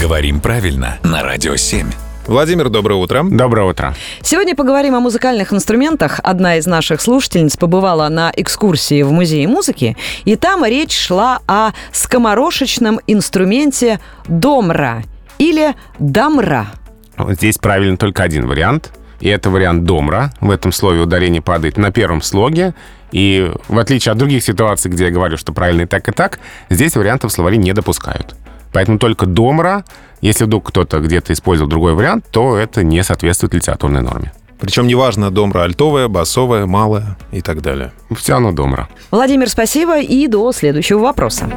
Говорим правильно на радио 7. Владимир, доброе утро. Доброе утро. Сегодня поговорим о музыкальных инструментах. Одна из наших слушательниц побывала на экскурсии в музее музыки, и там речь шла о скоморошечном инструменте домра или дамра. Здесь правильно только один вариант. И это вариант домра. В этом слове ударение падает на первом слоге. И в отличие от других ситуаций, где я говорю, что правильно и так, и так, здесь вариантов в словаре не допускают. Поэтому только домра, если вдруг кто-то где-то использовал другой вариант, то это не соответствует литературной норме. Причем неважно, домра альтовая, басовая, малая и так далее. Все равно домра. Владимир, спасибо и до следующего вопроса.